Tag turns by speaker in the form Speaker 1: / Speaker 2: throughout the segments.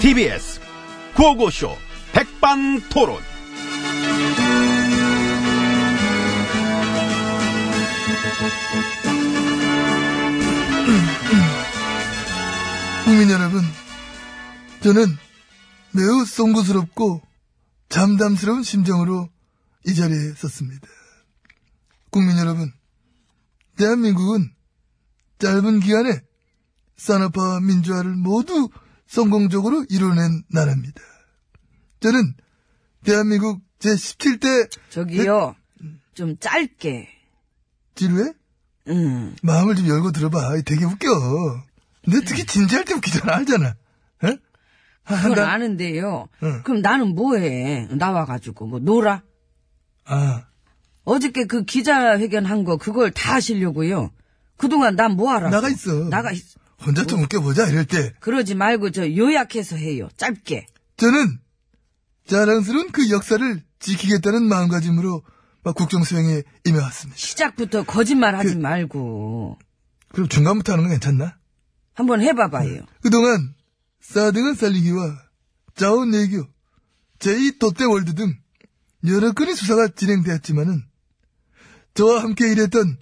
Speaker 1: TBS 구호고쇼 백반토론.
Speaker 2: 국민 여러분, 저는 매우 송구스럽고 잠담스러운 심정으로 이 자리에 섰습니다. 국민 여러분, 대한민국은 짧은 기간에 산업화와 민주화를 모두 성공적으로 이뤄낸 나라입니다. 저는 대한민국 제17대
Speaker 3: 저기요.
Speaker 2: 그-
Speaker 3: 좀 짧게.
Speaker 2: 지루에
Speaker 3: 음.
Speaker 2: 마음을 좀 열고 들어봐. 되게 웃겨. 근데 특히 진지할 때 웃기잖아. 알잖아. 예? 한
Speaker 3: 그건
Speaker 2: 달-
Speaker 3: 아는데요.
Speaker 2: 응.
Speaker 3: 그럼 나는 뭐해? 나와가지고 뭐 놀아?
Speaker 2: 아,
Speaker 3: 어저께 그 기자회견 한 거 그걸 다 하시려고요. 그동안 난 뭐 하라고?
Speaker 2: 나가 있어.
Speaker 3: 나가 있.
Speaker 2: 혼자 좀 웃겨보자. 이럴 때.
Speaker 3: 그러지 말고 저 요약해서 해요. 짧게.
Speaker 2: 저는 자랑스러운 그 역사를 지키겠다는 마음가짐으로 막 국정 수행에 임해왔습니다.
Speaker 3: 시작부터 거짓말 하지
Speaker 2: 그-
Speaker 3: 말고
Speaker 2: 그럼 중간부터 하는 건 괜찮나?
Speaker 3: 한번 해봐봐요.
Speaker 2: 그동안 사등은 살리기와 자원 외교, 제2 롯데월드 등 여러 건의 수사가 진행되었지만은 저와 함께 일했던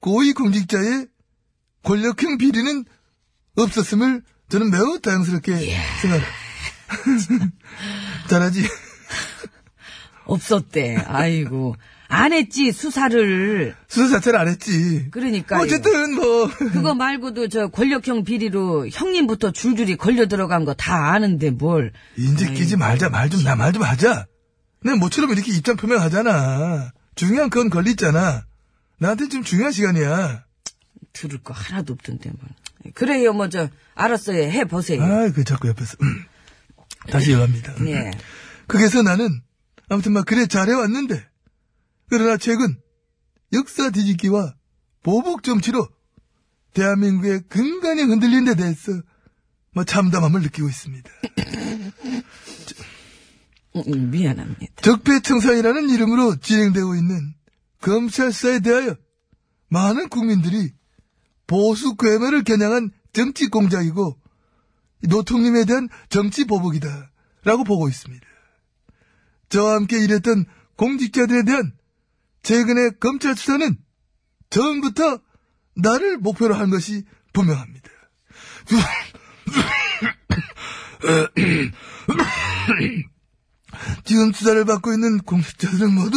Speaker 2: 고위공직자의 권력형 비리는 없었음을 저는 매우 다양스럽게 생각합니다. 잘하지?
Speaker 3: 없었대. 아이고 안 했지 수사를.
Speaker 2: 수사 자체를 안 했지.
Speaker 3: 그러니까요.
Speaker 2: 어쨌든 뭐
Speaker 3: 그거 말고도 저 권력형 비리로 형님부터 줄줄이 걸려 들어간 거 다 아는데 뭘.
Speaker 2: 인제 끼지 말자 말 좀 나 말 좀 하자. 내 모처럼 이렇게 입장 표명하잖아. 중요한 건 걸리 있잖아. 나한테 지금 중요한 시간이야.
Speaker 3: 들을 거 하나도 없던데 뭐. 그래요, 뭐 저 알았어요. 해 보세요.
Speaker 2: 아, 그 자꾸 옆에서 음. 다시 이어갑니다. 음.
Speaker 3: 예.
Speaker 2: 그래서 나는 아무튼 막 그래 잘해왔는데 그러나 최근 역사 뒤집기와 보복 정치로 대한민국의 근간이 흔들린 데 대해서 뭐 참담함을 느끼고 있습니다.
Speaker 3: 음, 음, 미안합니다.
Speaker 2: 적폐청산이라는 이름으로 진행되고 있는 검찰 수사에 대하여 많은 국민들이 보수 괴멸을 겨냥한 정치 공작이고 노통님에 대한 정치 보복이다 라고 보고 있습니다. 저와 함께 일했던 공직자들에 대한 최근의 검찰 수사는 처음부터 나를 목표로 한 것이 분명합니다. 지금 수사를 받고 있는 공직자들은 모두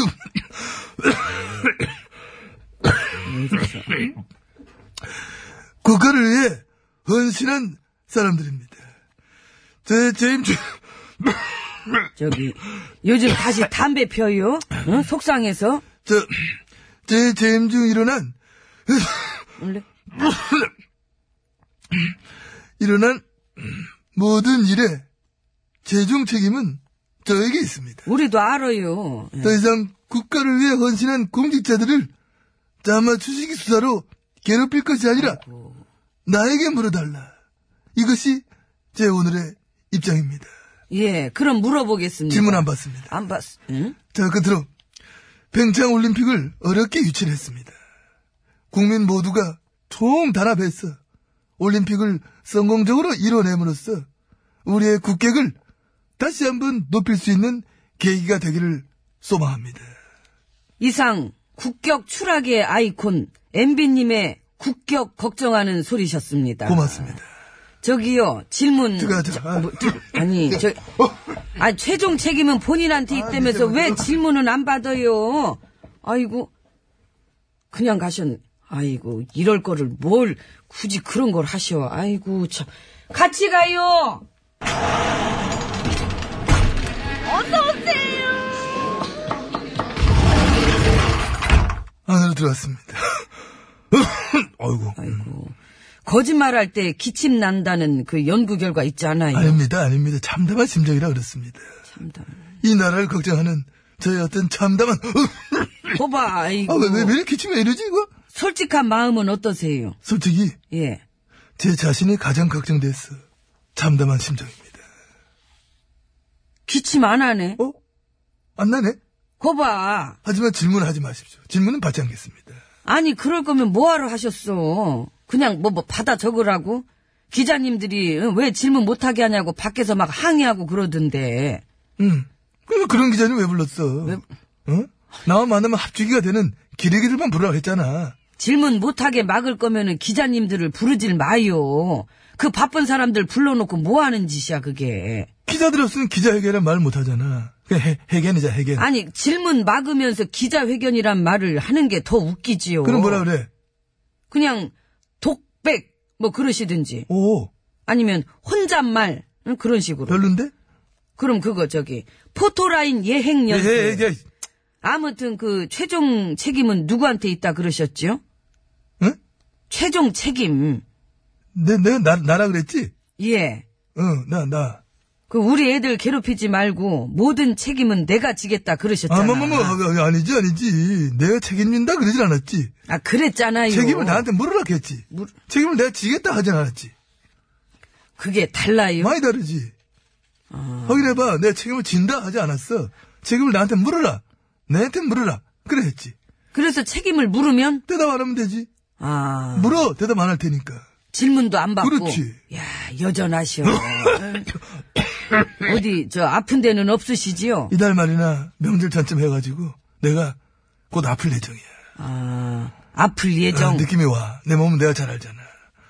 Speaker 2: 국가를 그 위해 헌신한 사람들입니다. 제 재임주
Speaker 3: 저기 요즘 다시 담배 펴요? 응? 속상해서?
Speaker 2: 저, 제 재임 중 일어난,
Speaker 3: 원래
Speaker 2: 일어난 모든 일에 최종 책임은 저에게 있습니다.
Speaker 3: 우리도 알아요. 예.
Speaker 2: 더 이상 국가를 위해 헌신한 공직자들을 자마 추식이 수사로 괴롭힐 것이 아니라 나에게 물어달라. 이것이 제 오늘의 입장입니다.
Speaker 3: 예, 그럼 물어보겠습니다.
Speaker 2: 질문 안 받습니다.
Speaker 3: 안 봤. 응?
Speaker 2: 자, 끝으로 평창 올림픽을 어렵게 유치를 했습니다. 국민 모두가 총 단합해서 올림픽을 성공적으로 이뤄냄으로써 우리의 국격을 다시 한번 높일 수 있는 계기가 되기를 소망합니다.
Speaker 3: 이상 국격 추락의 아이콘 엠비님의 국격 걱정하는 소리셨습니다.
Speaker 2: 고맙습니다.
Speaker 3: 저기요 질문
Speaker 2: 들어가자. 네. 어.
Speaker 3: 저, 뭐, 들- 아니 저 아, 최종 책임은
Speaker 2: 아,
Speaker 3: 본인한테 있다면서 왜 질문은 안 받아요 아이고 그냥 가셨 아이고 이럴 거를 뭘 굳이 그런 걸 하셔 아이고 참 같이 가요
Speaker 2: 안으로 들어왔습니다. 아이고.
Speaker 3: 아이고 거짓말할 때 기침 난다는 그 연구 결과 있지 않아요
Speaker 2: 아닙니다, 아닙니다. 참담한 심정이라 그렇습니다.
Speaker 3: 참다
Speaker 2: 이 나라를 걱정하는 저의 어떤 참담한,
Speaker 3: 봐봐 아이고
Speaker 2: 아, 왜, 왜, 왜 이렇게 기침이 왜 이러지, 이거?
Speaker 3: 솔직한 마음은 어떠세요
Speaker 2: 솔직히,
Speaker 3: 예
Speaker 2: 제 자신이 가장 걱정됐어. 참담한 심정입니다.
Speaker 3: 기침 안 하네
Speaker 2: 어? 안 나네?
Speaker 3: 거봐
Speaker 2: 하지만 질문하지 마십시오. 질문은 받지 않겠습니다.
Speaker 3: 아니, 그럴 거면 뭐하러 하셨어? 그냥 뭐, 뭐, 받아 적으라고? 기자님들이 왜 질문 못하게 하냐고 밖에서 막 항의하고 그러던데.
Speaker 2: 응. 음. 그래서 그런 기자님 왜 불렀어?
Speaker 3: 왜-
Speaker 2: 응? 나와 만나면 합주기가 되는 기레기들만 부르라고 했잖아.
Speaker 3: 질문 못하게 막을 거면은 기자님들을 부르질 마요. 그 바쁜 사람들 불러놓고 뭐 하는 짓이야, 그게.
Speaker 2: 기자들 없으면 기자회견은 말 못하잖아. 그냥 해, 해견이자 해견.
Speaker 3: 아니, 질문 막으면서 기자회견이란 말을 하는 게 더 웃기지요.
Speaker 2: 그럼 뭐라 그래?
Speaker 3: 그냥 독백, 뭐 그러시든지.
Speaker 2: 오,
Speaker 3: 아니면 혼잣말, 응, 그런 식으로.
Speaker 2: 별론데?
Speaker 3: 음, 그럼 그거 저기, 포토라인 예행
Speaker 2: 예,
Speaker 3: 연습.
Speaker 2: 예, 예.
Speaker 3: 아무튼 그 최종 책임은 누구한테 있다 그러셨죠?
Speaker 2: 예. 응?
Speaker 3: 최종 책임.
Speaker 2: 내, 내가 나, 나라 그랬지?
Speaker 3: 예.
Speaker 2: 응, 나, 나.
Speaker 3: 그 우리 애들 괴롭히지 말고 모든 책임은 내가 지겠다 그러셨잖아.
Speaker 2: 아, 뭐, 뭐, 뭐, 아, 아니지, 아니지. 내가 책임진다 그러진 않았지.
Speaker 3: 아, 그랬잖아요.
Speaker 2: 책임을 나한테 물으라 했지.
Speaker 3: 물-
Speaker 2: 책임을 내가 지겠다 하진 않았지.
Speaker 3: 그게 달라요.
Speaker 2: 많이 다르지.
Speaker 3: 아.
Speaker 2: 확인해봐. 내가 책임을 진다 하지 않았어. 책임을 나한테 물으라. 내한테 물으라. 그래 했지.
Speaker 3: 그래서 책임을 물으면
Speaker 2: 대답 안 하면 되지.
Speaker 3: 아
Speaker 2: 물어. 대답 안 할 테니까.
Speaker 3: 질문도 안 받고.
Speaker 2: 뭐? 그렇지.
Speaker 3: 야 여전하셔. 어디 저 아픈 데는 없으시지요?
Speaker 2: 이달 말이나 명절 전쯤 해가지고 내가 곧 아플 예정이야.
Speaker 3: 아 아플
Speaker 2: 아,
Speaker 3: 예정.
Speaker 2: 느낌이 와. 내 몸은 내가 잘 알잖아.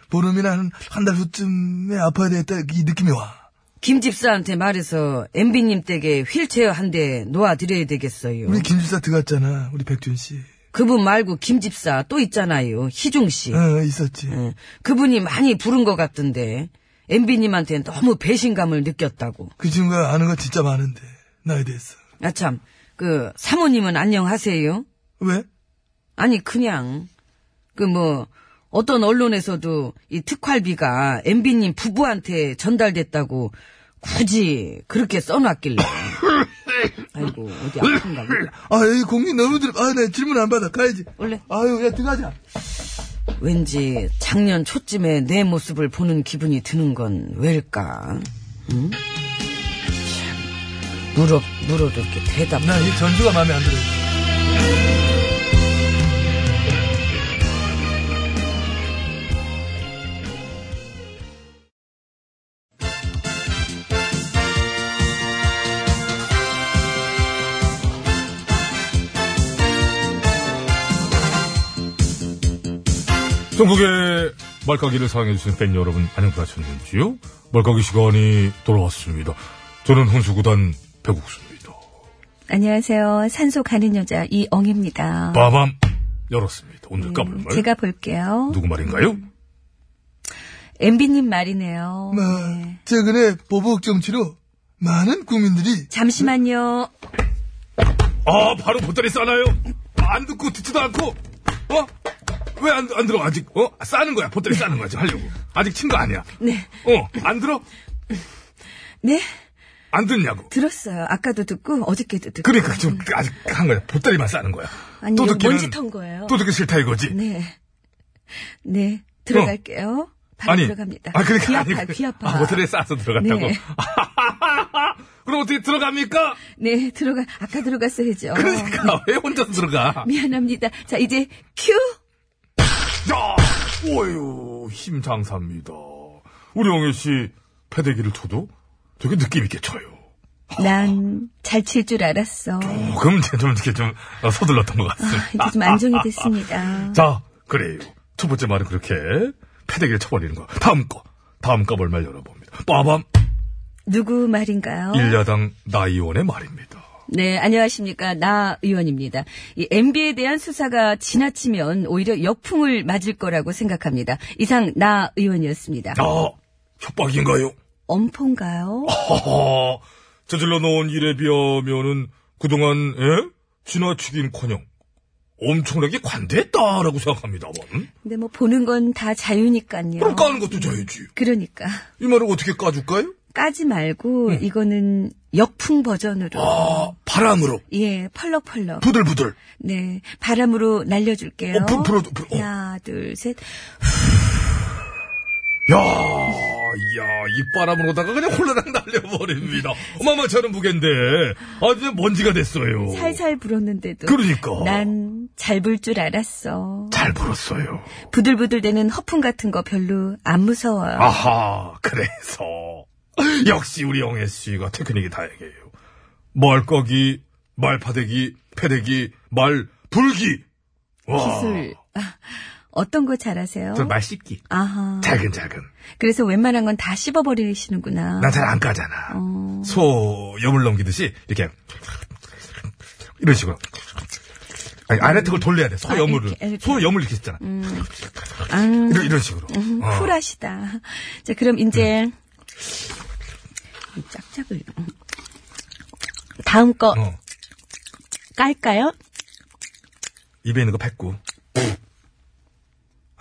Speaker 2: 보름이나 한 달 후쯤에 아파야 되겠다. 이 느낌이 와.
Speaker 3: 김 집사한테 말해서 엠비님 댁에 휠체어 한 대 놓아드려야 되겠어요.
Speaker 2: 우리 김주사 들어갔잖아. 우리 백준 씨.
Speaker 3: 그분 말고 김 집사 또 있잖아요. 희중 씨.
Speaker 2: 어, 있었지.
Speaker 3: 예, 그분이 많이 부른 것 같던데 엠비님한테는 너무 배신감을 느꼈다고.
Speaker 2: 그 친구가 아는 거 진짜 많은데. 나에 대해서.
Speaker 3: 아참 그 사모님은 안녕하세요?
Speaker 2: 왜?
Speaker 3: 아니 그냥 그 뭐 어떤 언론에서도 이 특활비가 엠비님 부부한테 전달됐다고 굳이 그렇게 써놨길래. 아이고 어디 아픈가 보다.
Speaker 2: 아, 이 공기 너무 들, 아, 나 질문 안 받아. 가야지.
Speaker 3: 원래-
Speaker 2: 아유, 야, 들어가자.
Speaker 3: 왠지 작년 초쯤에 내 모습을 보는 기분이 드는 건 왜일까? 응? 참, 물어, 물어도 이렇게 대답.
Speaker 2: 나 이 전주가 마음에 안 들어.
Speaker 4: 전국의 말까기를 사랑해주시는 팬 여러분, 안녕하셨는지요? 말까기 시간이 돌아왔습니다. 저는 혼수구단 배국수입니다.
Speaker 5: 안녕하세요. 산소 가는 여자 이엉입니다.
Speaker 4: 빠밤! 열었습니다. 오늘 까불말.
Speaker 5: 아. 음, 제가 볼게요.
Speaker 4: 누구 말인가요?
Speaker 5: 엠비님 말이네요.
Speaker 2: 마,
Speaker 3: 예.
Speaker 5: 네.
Speaker 2: 최근에 보복 정치로 많은 국민들이
Speaker 5: 잠시만요.
Speaker 4: 아, 바로 보따리 싸나요? 안 듣고 듣지도 않고, 어? 왜 안 안 들어, 아직? 어? 싸는 거야. 보따리 싸는 거야, 지금 하려고. 아직 친 거 아니야.
Speaker 5: 네,
Speaker 4: 어, 안 들어?
Speaker 5: 네
Speaker 4: 안 듣냐고.
Speaker 5: 들었어요. 아까도 듣고 어저께도 듣고.
Speaker 4: 그러니까 좀 아직 한 거야. 보따리만 싸는 거야.
Speaker 5: 아니,
Speaker 4: 또
Speaker 5: 이거
Speaker 4: 듣기는
Speaker 5: 뭔짓 한 거예요?
Speaker 4: 또 듣기 싫다 이거지.
Speaker 5: 네, 네 들어갈게요. 바로 들어갑니다.
Speaker 4: 아, 그러니까
Speaker 5: 귀 아파,
Speaker 4: 아니고.
Speaker 5: 귀 아파.
Speaker 4: 아, 모텔에 싸서 들어갔다고.
Speaker 5: 네.
Speaker 4: 그럼 어떻게 들어갑니까?
Speaker 5: 네, 들어가. 아까 들어갔어야죠. 네.
Speaker 4: 그러니까 왜 혼자서 들어가?
Speaker 5: 미안합니다. 자, 이제 큐.
Speaker 4: 야, 오유 힘장사입니다. 우리 영애 씨 패대기를 쳐도 되게 느낌 있게 쳐요.
Speaker 5: 난 잘 칠 줄 알았어.
Speaker 4: 어, 그럼 제가 좀 이렇게 좀 어, 서둘렀던 것 같습니다.
Speaker 5: 이제 좀 안정이 됐습니다.
Speaker 4: 자, 그래요. 첫 번째 말은 그렇게 패대기를 쳐버리는 거. 다음 거, 다음 거 벌말 열어봅니다. 빠밤
Speaker 5: 누구 말인가요?
Speaker 4: 일야당 나 의원의 말입니다.
Speaker 5: 네, 안녕하십니까. 나 의원입니다. 이 MB에 대한 수사가 지나치면 오히려 역풍을 맞을 거라고 생각합니다. 이상 나 의원이었습니다.
Speaker 4: 아, 협박인가요?
Speaker 5: 엄포인가요?
Speaker 4: 허허, 저질러 놓은 일에 비하면은 그동안 예? 지나치긴커녕 엄청나게 관대했다라고 생각합니다만
Speaker 5: 근데 뭐 보는 건 다 자유니까요.
Speaker 4: 그럼 까는 것도 저야지
Speaker 5: 그러니까
Speaker 4: 이 말을 어떻게 까줄까요?
Speaker 5: 까지 말고 이거는 역풍 버전으로
Speaker 4: 음. 아 바람으로
Speaker 5: 예, 펄럭펄럭.
Speaker 4: 부들부들
Speaker 5: 네, 바람으로 날려줄게요.
Speaker 4: 어, 불- 불어줘, 불- 어.
Speaker 5: 하나, 둘, 셋.
Speaker 4: 야, 야, 이바람으로다가 그냥 홀라당 날려버립니다. 어마마 저런 무게인데. 아주 먼지가 됐어요.
Speaker 3: 살살 불었는데도
Speaker 4: 그러니까.
Speaker 3: 난 잘 불 줄 알았어.
Speaker 4: 잘 불었어요.
Speaker 3: 부들부들대는 허풍 같은 거 별로 안 무서워요.
Speaker 4: 아하, 그래서. 역시 우리 영애 씨가 테크닉이 다양해요. 말거기, 말파대기, 패대기, 말, 불기. 와.
Speaker 3: 기술 아, 어떤 거 잘하세요?
Speaker 4: 저 말 씹기.
Speaker 3: 아하.
Speaker 4: 작은작은.
Speaker 3: 그래서 웬만한 건 다 씹어버리시는구나.
Speaker 4: 난 잘 안 까잖아.
Speaker 3: 어.
Speaker 4: 소 염을 넘기듯이 이렇게 이런 식으로. 아니, 안에 턱을 돌려야 돼. 소
Speaker 3: 아,
Speaker 4: 염을.
Speaker 3: 이렇게, 이렇게.
Speaker 4: 소 염을 이렇게 했잖아.
Speaker 3: 아,
Speaker 4: 이런, 이런 식으로.
Speaker 3: 음,
Speaker 4: 어.
Speaker 3: 쿨하시다. 자, 그럼 이제
Speaker 4: 음.
Speaker 3: 이 짝짝을 음. 다음 거
Speaker 4: 어.
Speaker 3: 깔까요?
Speaker 4: 입에 있는 거 뱉고.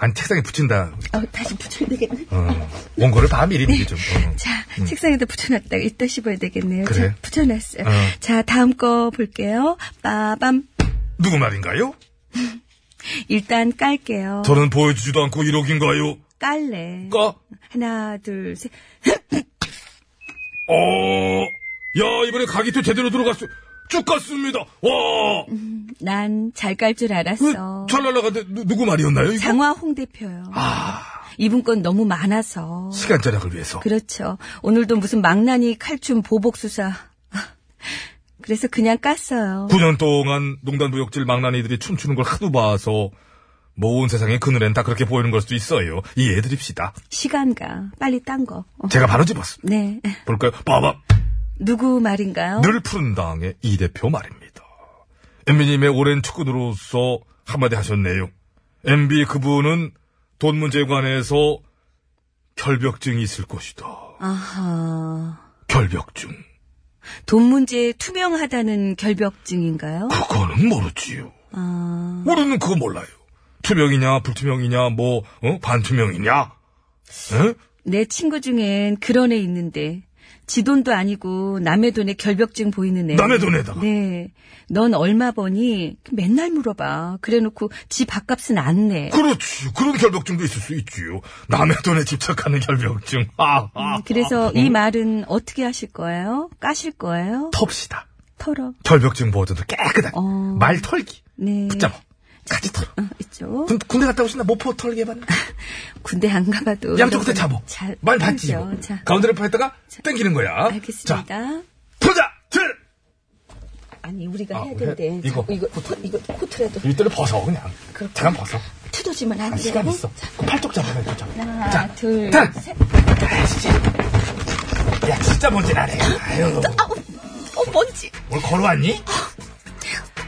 Speaker 4: 아니, 책상에 붙인다.
Speaker 3: 어, 다시 붙여야 되겠네.
Speaker 4: 어. 원고를 밤 미리 미리 좀. 어.
Speaker 3: 자, 책상에다 붙여놨다가 이따 씹어야 되겠네요.
Speaker 4: 그래.
Speaker 3: 자, 붙여놨어요.
Speaker 4: 어.
Speaker 3: 자, 다음 거 볼게요. 빠밤.
Speaker 4: 누구 말인가요?
Speaker 3: 일단 깔게요.
Speaker 4: 저는 보여주지도 않고 이러긴가요?
Speaker 3: 깔래.
Speaker 4: 까?
Speaker 3: 하나, 둘, 셋.
Speaker 4: 어. 야, 이번에 각이 또 제대로 들어갔어. 쭉 갔습니다. 와.
Speaker 3: 난 잘 깔 줄
Speaker 4: 그,
Speaker 3: 알았어.
Speaker 4: 잘 날라갔는데, 누- 누구 말이었나요? 이거?
Speaker 3: 장화홍 대표요.
Speaker 4: 아.
Speaker 3: 이분 건 너무 많아서.
Speaker 4: 시간 절약을 위해서.
Speaker 3: 그렇죠. 오늘도 무슨 망나니 칼춤 보복 수사. 그래서 그냥 깠어요.
Speaker 4: 9년 동안 농단부역질 망나니들이 춤추는 걸 하도 봐서 모은 세상의 그늘엔 다 그렇게 보이는 걸 수도 있어요. 이해해드립시다.
Speaker 3: 시간가. 빨리 딴 거. 어,
Speaker 4: 제가 바로 집었습니다.
Speaker 3: 네.
Speaker 4: 볼까요? 봐봐.
Speaker 3: 누구 말인가요?
Speaker 4: 늘 푸른 당의 이 대표 말입니다. 엠비님의 오랜 축구으로서 한마디 하셨네요. 엠비 그분은 돈 문제에 관해서 결벽증이 있을 것이다.
Speaker 3: 아하.
Speaker 4: 결벽증.
Speaker 3: 돈 문제에 투명하다는 결벽증인가요?
Speaker 4: 그거는 모르지요.
Speaker 3: 아,
Speaker 4: 우리는 그거 몰라요. 투명이냐, 불투명이냐, 뭐, 어? 반투명이냐? 에?
Speaker 3: 내 친구 중엔 그런 애 있는데. 지 돈도 아니고 남의 돈에 결벽증 보이는 애.
Speaker 4: 남의 돈에다가.
Speaker 3: 네. 넌 얼마 버니? 맨날 물어봐. 그래 놓고 지 밥값은 안 내.
Speaker 4: 그렇지. 그런 결벽증도 있을 수 있지요. 남의 돈에 집착하는 결벽증. 아, 아.
Speaker 3: 음, 그래서 이 말은 어떻게 하실 거예요? 까실 거예요?
Speaker 4: 텁시다.
Speaker 3: 털어.
Speaker 4: 결벽증 버전도 깨끗한.
Speaker 3: 어.
Speaker 4: 말 털기.
Speaker 3: 네.
Speaker 4: 붙잡아. 같이 털어.
Speaker 3: 어, 있죠.
Speaker 4: 군- 군대 갔다 오신다 모포 털기 해봤나?
Speaker 3: 군대 안 가봐도.
Speaker 4: 양쪽 끝에
Speaker 3: 여러분
Speaker 4: 잡어.
Speaker 3: 잘,
Speaker 4: 말 받지.
Speaker 3: 알죠.
Speaker 4: 이거.
Speaker 3: 자,
Speaker 4: 가운데를 파했다가 땡기는 거야.
Speaker 3: 알겠습니다.
Speaker 4: 자, 토자! 들!
Speaker 3: 아니, 우리가
Speaker 4: 아,
Speaker 3: 해야
Speaker 4: 해-
Speaker 3: 되는데.
Speaker 4: 이거,
Speaker 3: 자꾸 이거, 코, 이거 코트라도
Speaker 4: 일대를 벗어, 그냥. 잠깐 벗어.
Speaker 3: 투도지만 안
Speaker 4: 아,
Speaker 3: 돼요.
Speaker 4: 시간 있어. 그 팔쪽 잡아, 팔쪽 잡아.
Speaker 3: 하나,
Speaker 4: 자,
Speaker 3: 둘,
Speaker 4: 자.
Speaker 3: 셋.
Speaker 4: 야, 진짜 뭔지 나네. 아유,
Speaker 3: 아우, 어, 뭔지.
Speaker 4: 오늘 걸어왔니?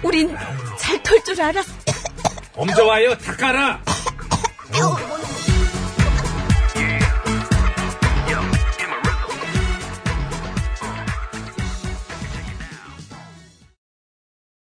Speaker 3: 우린 잘 털 줄 알았어.
Speaker 4: 엄저 와요, 닦아라!
Speaker 3: 아우, 뭔지.